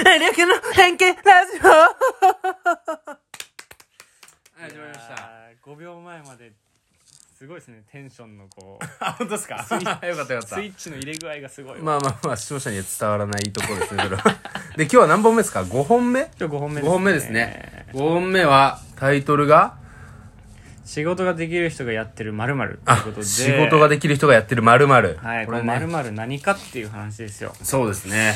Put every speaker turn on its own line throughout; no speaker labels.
エレキの変形ラジオ
はい始まりました
5秒前まですごいですねテンションのこう
あ本当ですかよかったよかった
スイッチの入れ具合がすごいわ
まあまあまあ視聴者には伝わらないところですねそれはで今日は何本目ですか5本目
今日5本目
5本目ですね5本目はタイトルが
仕事ができる人がやってるまるまる
あ
ということで
仕事ができる人がやってるまるまる
はいこ
こ
れ
れ
まる
ね
まる何かっていう話ですよ
そうですね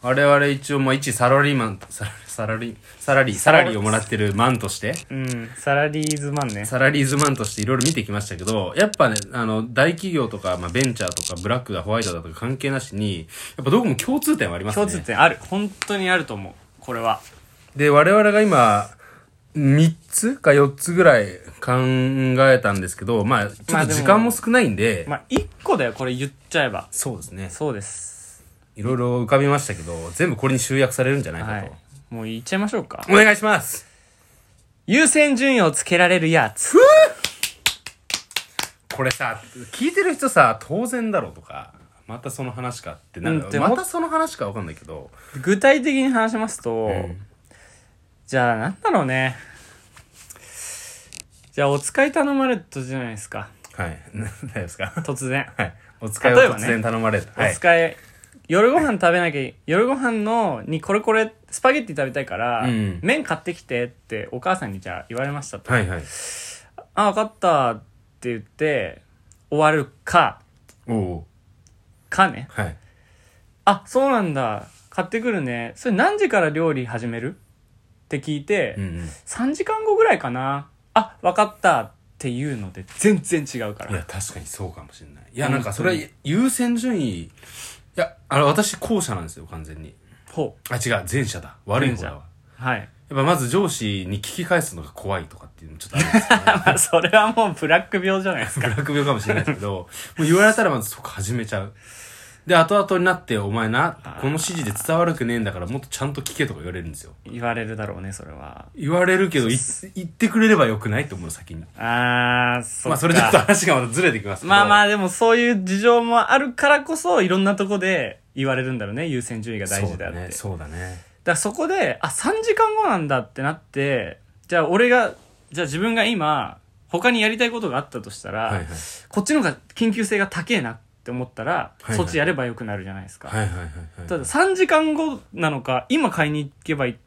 我々一応もう一サラリーマンサラサラリーサラリーサラリーをもらってるマンとして
うんサラリーズマンね
サラリーズマンとしていろいろ見てきましたけど、やっぱね、あの、大企業とか、まあ、ベンチャーとか、ブラックだ、ホワイトだとか関係なしに、やっぱどこも共通点はありますね。
共通点ある本当にあると思うこれは
で、我々が今、3つか4つぐらい考えたんですけど、まあ、ちょ
まあ
っ
で
と
も
時間も少ないんで、
まあ1個だよこれ言っちゃえば
そうですね。
そうです
いろいろ浮かびましたけど、全部これに集約されるんじゃないかと。
はいもう言っちゃいましょうか
お願いします
優先順位をつけられるやつ
これさ、聞いてる人さ、当然だろうとか、またその話かってなる、
うんでも
またその話かわかんないけど、
具体的に話しますと、
ん
じゃあなんだろうねじゃあお使い頼まれたとじゃないですか
はい。 何ですか
突然、
はい。お使いを
例えば
突
ね
然頼まれた。
お使い夜ご飯食べなきゃ夜ご飯のにこれこれスパゲッティ食べたいから、
うん
麺買ってきてってお母さんにじゃあ言われましたと、
はい。はいはい。
あ分かったって言って終わるか
おお
かね
はい。
あそうなんだ買ってくるねそれ何時から料理始めるって聞いて、
うんうん。い
3時間後ぐらいかなあ分かったっていうので全然違うから
や、確かにそうかもしれない。いや、なんかそれは優先順位、いや、あの、私、後者なんですよ、完全に。
ほ
あ、違う、前者だ。悪い方だわ。
う はい
やっぱまず上司に聞き返すのが怖いとかっていうのちょっとあるんですよね。
まあそれはもうブラック病じゃないですか
ブラック病かもしれないですけど、もう言われたらまずそこ始めちゃう。で、後々になって、お前な、この指示で伝わるくねえんだからもっとちゃんと聞けとか言われるんですよ。
言われるだろうねそれは
言われるけど、い言ってくれればよくないと思う、先に。
あーそっか
まあそれちょっと 話がまたずれてきますけど。
まあま
あ、
あでもそういう事情もあるからこそいろんなとこで言われるんだろうね優先順位が大事であってだ,、か
そうだね。
らそこであ3時間後なんだってなってじゃあ俺がじゃあ自分が今他にやりたいことがあったとしたら、
はいはい。
こっちの方が緊急性が高えなって思ったら、
はいはい
そっちやればよくなるじゃないですか、
はいはいはいはい。
ただ3時間後なのか今買いに行けばい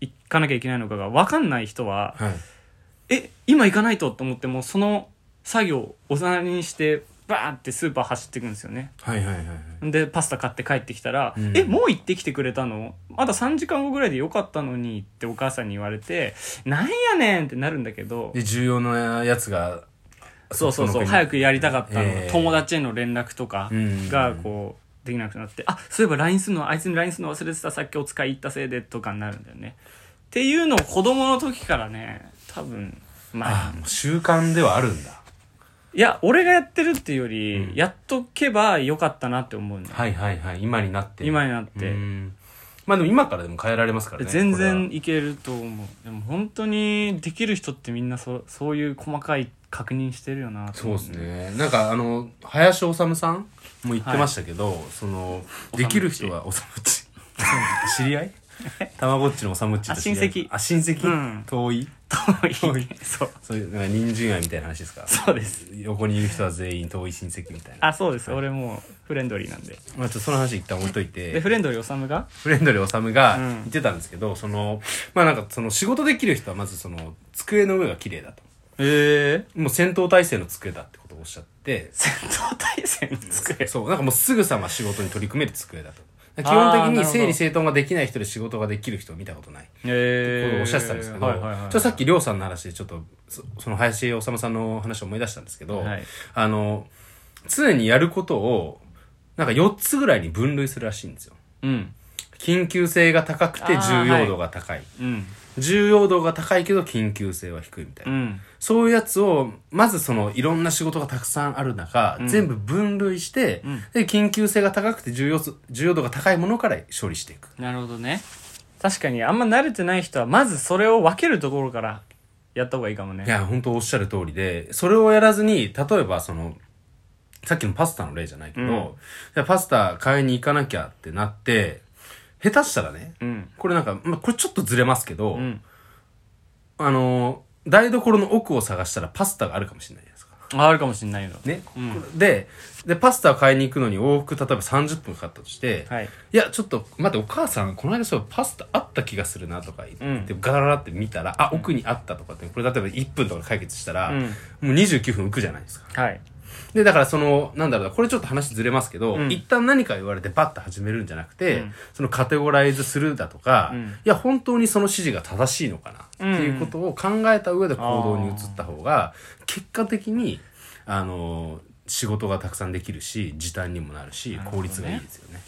行かなきゃいけないのかが分かんない人は、
はい。
え今行かないとと思ってもうその作業をおざなりにしてバーってスーパー走っていくんですよね
はいはいはいはい。
でパスタ買って帰ってきたら「
うん
えもう行ってきてくれたのまだ3時間後ぐらいでよかったのに」ってお母さんに言われて「なんやねん!」ってなるんだけど
で、重要なやつが、
そうそうそう
の国に
早くやりたかったの、
えー
友達への連絡とかがこうできなくなって、あそういえば LINE するのあいつに LINE するの忘れてたさっきお使い行ったせいでとかになるんだよねっていうのを子供の時からね多分ま
あ
あ
あ、もう習慣ではあるんだ。
いや俺がやってるっていうより、
うん
やっとけばよかったなって思うね、
はいはいはい。今になって。
今
に
になっ、。
なってまあでも今からでも変えられますからね。
全
こ
然いけると思うでも本当にできる人ってみんなそそういう細かい確認してるよな
れは。そうです ね。なんかあの、林修さんも言ってましたけど、その、できる人は、おさ むち。知り合いたまごっちのおさむっちと知り合い
あ親戚
あ、親戚、
うん
遠い
遠いそう
そういう、なんか人参愛みたいな話で すか
そうです
横にいる人は全員遠い親戚みたいな。
あそうです俺もうフレンドリーなんで
まあちょっとその話一旦置いとい
で
て
フ、レンドリーおさむが
フレンドリーおさむが
うん
言ってたんですけど、その、まあなんかその仕事できる人はまずその机の上が綺麗だと。
ええ
もう戦闘態勢の机だってことをおっし ゃって、
戦闘対戦の机
そう、なんかもうすぐさま仕事に取り組める机だと。基
あー
本的
なる
に
ほど
整理整頓ができない人で仕事ができる人を見たことない。
え
ことをおっしゃってたんですけど、
はいはいはい、
ちょっとさっきりょうさんの話でちょっとそその林修さんの話を思い出したんですけど、
はい
あの常にやることをなんか4つぐらいに分類するらしいんですよ
うん
緊急性が高くて
あー
重要度が高い、
うん
重要度が高いけど緊急性は低いみたいうな、
ん
そういうやつをまずそのいろんな仕事がたくさんある中、全部分類して、
うん
で緊急性が高くて重要す重要度が高いものから処理していく
なるほどね確かにあんま慣れてない人はまずそれを分けるところからやった方がいいかもね
いや、本当おっしゃる通りで、それをやらずに、例えばその、さっきのパスタの例じゃないけど、
うん
じゃあパスタ買いに行かなきゃってなって、下手したらね、
うん
これなんか、まあ、これちょっとずれますけど、
うん
あのー台所の奥を探したらパスタがあるかもしれないじゃないですか。
ああるかもしれないよ
ね、ででパスタを買いに行くのに往復例えば30分かかったとして、
はい
やちょっと待ってお母さんこの間そうパスタあった気がするなとか言って、ガラガラって見たらあ奥にあったとかってこれ例えば1分とかで解決したら、
うん
もう29分浮くじゃないですか
はい
でだからそのなんだろうなこれちょっと話ずれますけど、
うん
一旦何か言われてバッと始めるんじゃなくて、
ん
そのカテゴライズするだとか、
うん
いや本当にその指示が正しいのかな、
うん
っていうことを考えた上で行動に移った方が結果的にあの仕事がたくさんできるし時短にもなるし
るほどね
効率がいいですよね。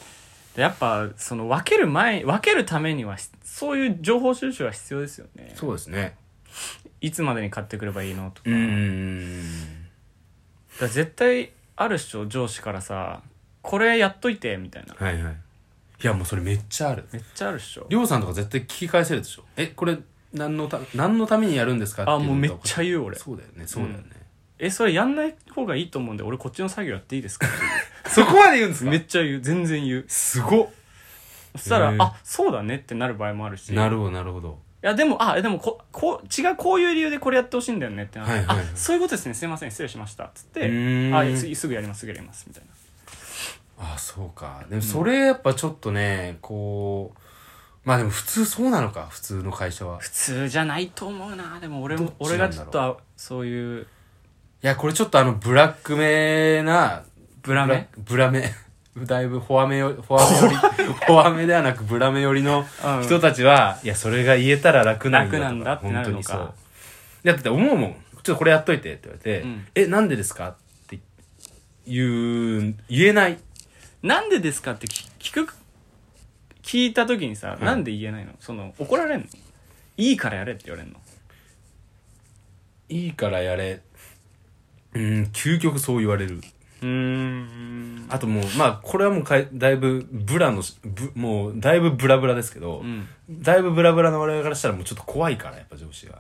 でやっぱその分ける前分けるためにはしそういう情報収集は必要ですよね
そうですね。
いつまでに買ってくればいいのとか,、
う
だか
ん。
ら絶対あるっしょ上司からさこれやっといてみたいな
はいはい。いやもうそれめっちゃある。
めっちゃあるっしょ
りょうさんとか絶対聞き返せるでしょ。えこれ何のた何のためにやるんですかっていう
あもうめっちゃ
う
言う俺
そうだよねそうだよね。
えそれやんない方がいいと思うんで俺こっちの作業やっていい ですか
そこまで言うん です
めっちゃ言う全然言う
すご
そしたら
へえ
あそうだねってなる場合もあるし
なるほど、なるほど。
いやでもあでもここう違うこういう理由でこれやってほしいんだよねってなって、
はいはいはい
あそういうことですねすいません失礼しましたっつっ
う
て
ーん
あいすすぐやりますすぐやりますみたいな
あ、そうか。でも、それやっぱちょっとね、こう、まあでも普通そうなのか、普通の会社は。
普通じゃないと思うなでも俺
ど
も
っちな
俺
んだろ
が
う
ちょっとあそういう
いや、これちょっとあの、ブラックめな、
ブラメ
ブラブラめ。 だいぶ、フォアめよ、フォアめより、フォアめではなく、ブラめ寄りの
うん
人たちは、いや、それが言えたら楽なんだと
楽
か。
なんだってなるのか
本当にそう。いやだって思うもん。ちょっとこれやっといてって言われて、
うん
え、なんでですかって言う、言えない。
なんでですかって聞聞く聞いた時にさ、
い
なんで言えないのその怒られんのいいからやれって言われんの
いいからやれ。うん、究極そう言われる。
うーん
あともう、まあ、これはもうかい、だいぶ、ブラのし、ぶもう、だいぶブラブラですけど、
うん
だいぶブラブラの我々からしたらもうちょっと怖いから、やっぱ上司が。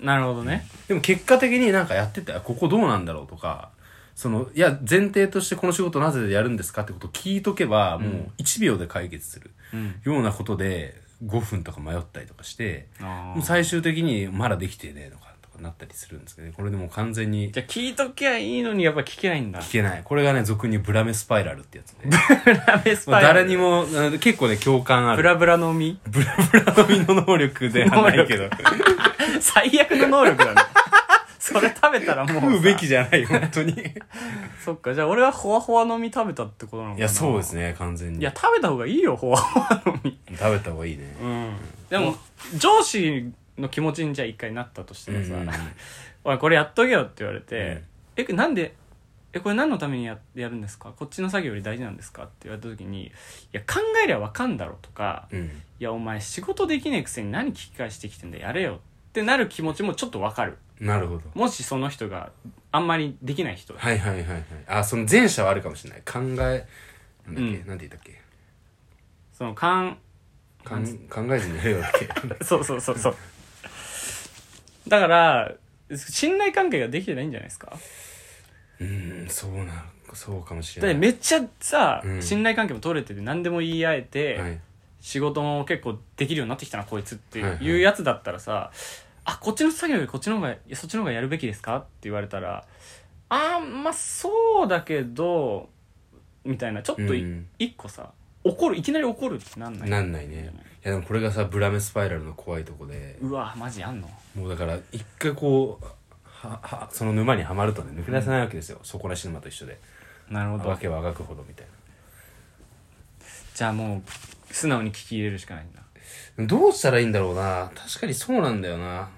なるほどね
でも結果的になんかやってたら、ここどうなんだろうとか、その、いや、前提としてこの仕事なぜやるんですかってことを聞いとけば、もう1秒で解決する
うん
ようなことで、5分とか迷ったりとかして、
あ
もう
ー
最終的にまだできてねえのかとかなったりするんですけどね、これでもう完全に
じゃあ聞いときゃいいのにやっぱ聞けないん だ
聞けない。これがね、俗にブラメスパイラルってやつね。
ラメスパ
まあ
イラル
誰にも、うん結構ね、共感ある。
ブラブラの実
ブラブラ飲みの能力ではないけど。
最悪の能力だねそれ食べたらもうさ
食うべきじゃ ない、本当に。
そっかじゃあ俺はホワホワの実食べたってことなのかない
や、そうですね、完全に。
いや食べた方がいいよホワホワの実
食べた方がいいね。
うんでも上司の気持ちにじゃあ一回なったとしてもさ
うんうん
「 おいこれやっとけよ」って言われて「えなんでえこれ何のためにややるんですかこっちの作業より大事なんですか?」って言われた時に「いや考えりゃわかんだろ」とか「
うん。
いやお前仕事できねえくせに何聞き返してきてんだやれよ」ってなる気持ちもちょっとわかる
なるほど。
もしその人があんまりできない人
はいはいはいはい。あ、その前者はあるかもしれない。考え、なんだっけ、
うん
なんて言ったっけ
そのかん
かん考えずにやれよだっけ
そうそうそうそうだから信頼関係ができてないんじゃないですか
うん、そうなの、そうかもし
だって
れない。
めっちゃさ、
うん
信頼関係も取れてて何でも言い合えて、
はい。
仕事も結構できるようになってきたなこいつって
はいはい
いうやつだったらさ、あこっちの作業よりこっちの方がいやそっちの方がやるべきですかって言われたらあーまあそうだけどみたいなちょっとい
うん
一、個さ怒るいきなり怒るってなんない
なんないね。いやでもこれがさ、ブラメスパイラルの怖いとこで、
うわマジあんの
もうだから一回こうははその沼にはまるとね抜け出せないわけですよ、そこらし沼と一緒で
なるほ
わけはあがくほどみたい
じゃあもう素直に聞き入れるしかないんだ
などうしたらいいんだろうな確かにそうなんだよな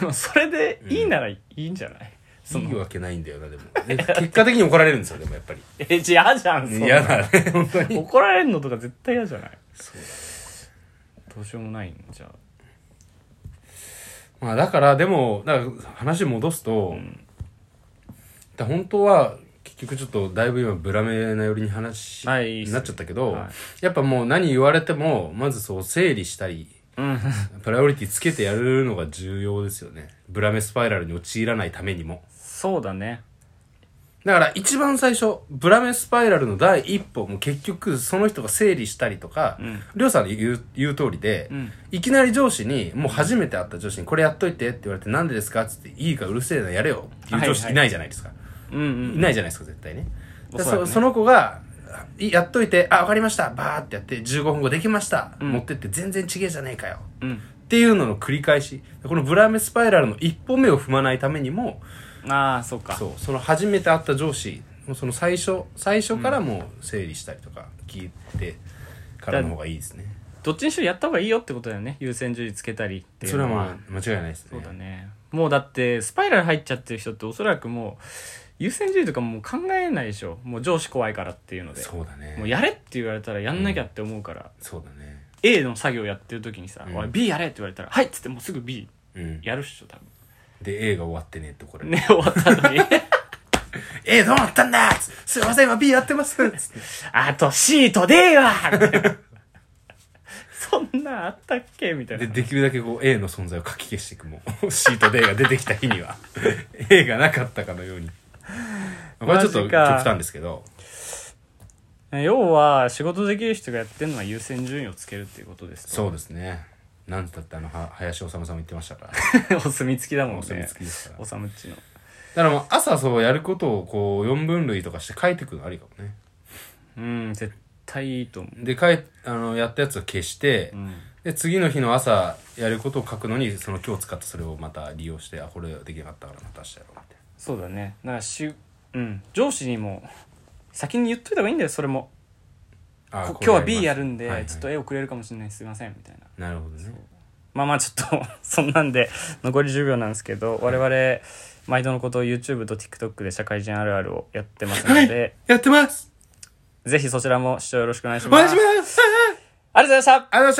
でも それでいいならいいんじゃない、そ
いい
の
わけないんだよなでもえ結果的に怒られるんですよでもやっぱ り
えじゃあ嫌じゃんそんな
嫌だね本当に
怒られるのとか絶対嫌じゃない
そうだ
どうしようもないんじゃあ
まあだからでもだから話戻すと、だ本当は結局ちょっとだいぶ今ブラメな寄りに話
はいいいっす
になっちゃったけど、
は
やっぱもう何言われてもまずそう整理したり
うん
プライオリティつけてやるのが重要ですよねブラメスパイラルに陥らないためにも
そうだね
だから一番最初、ブラメスパイラルの第一歩も結局その人が整理したりとか
うん、
りょうさんの言う言う通りで、
うん
いきなり上司に、もう初めて会った上司にこれやっといてって言われてなんでですかって言って、いいからうるせえな、やれよっていう上
はいは
司
い
いないじゃないですか。
うんうん
いないじゃないですか、絶対ね。で
おそらく
そ
ね
その子が、いやっといて、あ、わかりました、バーってやって、15分後できました、
ん
持ってって全然ちげえじゃねえかよ。
うん
っていうのの繰り返し。このブラメスパイラルの一歩目を踏まないためにも、
ああそうか
そう、その初めて会った上司、もうその最初、最初からもう整理したりとか、聞いてからの方がいいですね。
どっちにしろやった方がいいよってことだよね優先順位つけたりっていう
それ
の
はまあ、間違いないですね。
そうだねもうだってスパイラル入っちゃってる人っておそらくもう優先順位とかもう考えないでしょもう上司怖いからっていうので
そうだね。
もうやれって言われたらやんなきゃって思うから、
そうだね。
A の作業やってる時にさ「
うん
おい B やれ」って言われたら「はい」っつってもうすぐ B
うん。
やるっしょ多分
で、A が終わってねって、これ。
ね終わったのに
A どうなったんだつすいません、今 B やってますつって
あと C と D はみたいな そんなんあったっけみたいな
で、できるだけこう A の存在をかき消していくも う。C と D が出てきた日には、A がなかったかのよう に。これはちょっと
マジ
極
か
端ですけど、
要は仕事できる人がやってるのは優先順位をつけるっていうことですと
そうですね。なんつったってあの、は林修さんも言ってましたか ら。
お墨付きだもんね
お墨付きですから
おさむっちの
だからもう朝そうやることをこう4分類とかして書いてくのありかもね。
うん絶対いいと思う
で、書い、あの、やったやつを消して、で、次の日の朝やることを書くのに、その今日使ったそれをまた利用して、あ、これできなかったからまた明日やろうみたい
そうだねだからし、うん、上司にも先に言っといた方がいいんだよそれも
な。
こ
これ
今日は B やるんで、
はいはい
ちょっと A 遅れるかもしれないすいませんみたいな
なるほどね。
まあまあちょっとそんなんで残り10秒なんですけど我々毎度のことを YouTube と TikTok で社会人あるあるをやってますので、
やってます
ぜひそちらも視聴よろしくお願いし
お
ます
願いします
ありがとうございました
ありがとうございました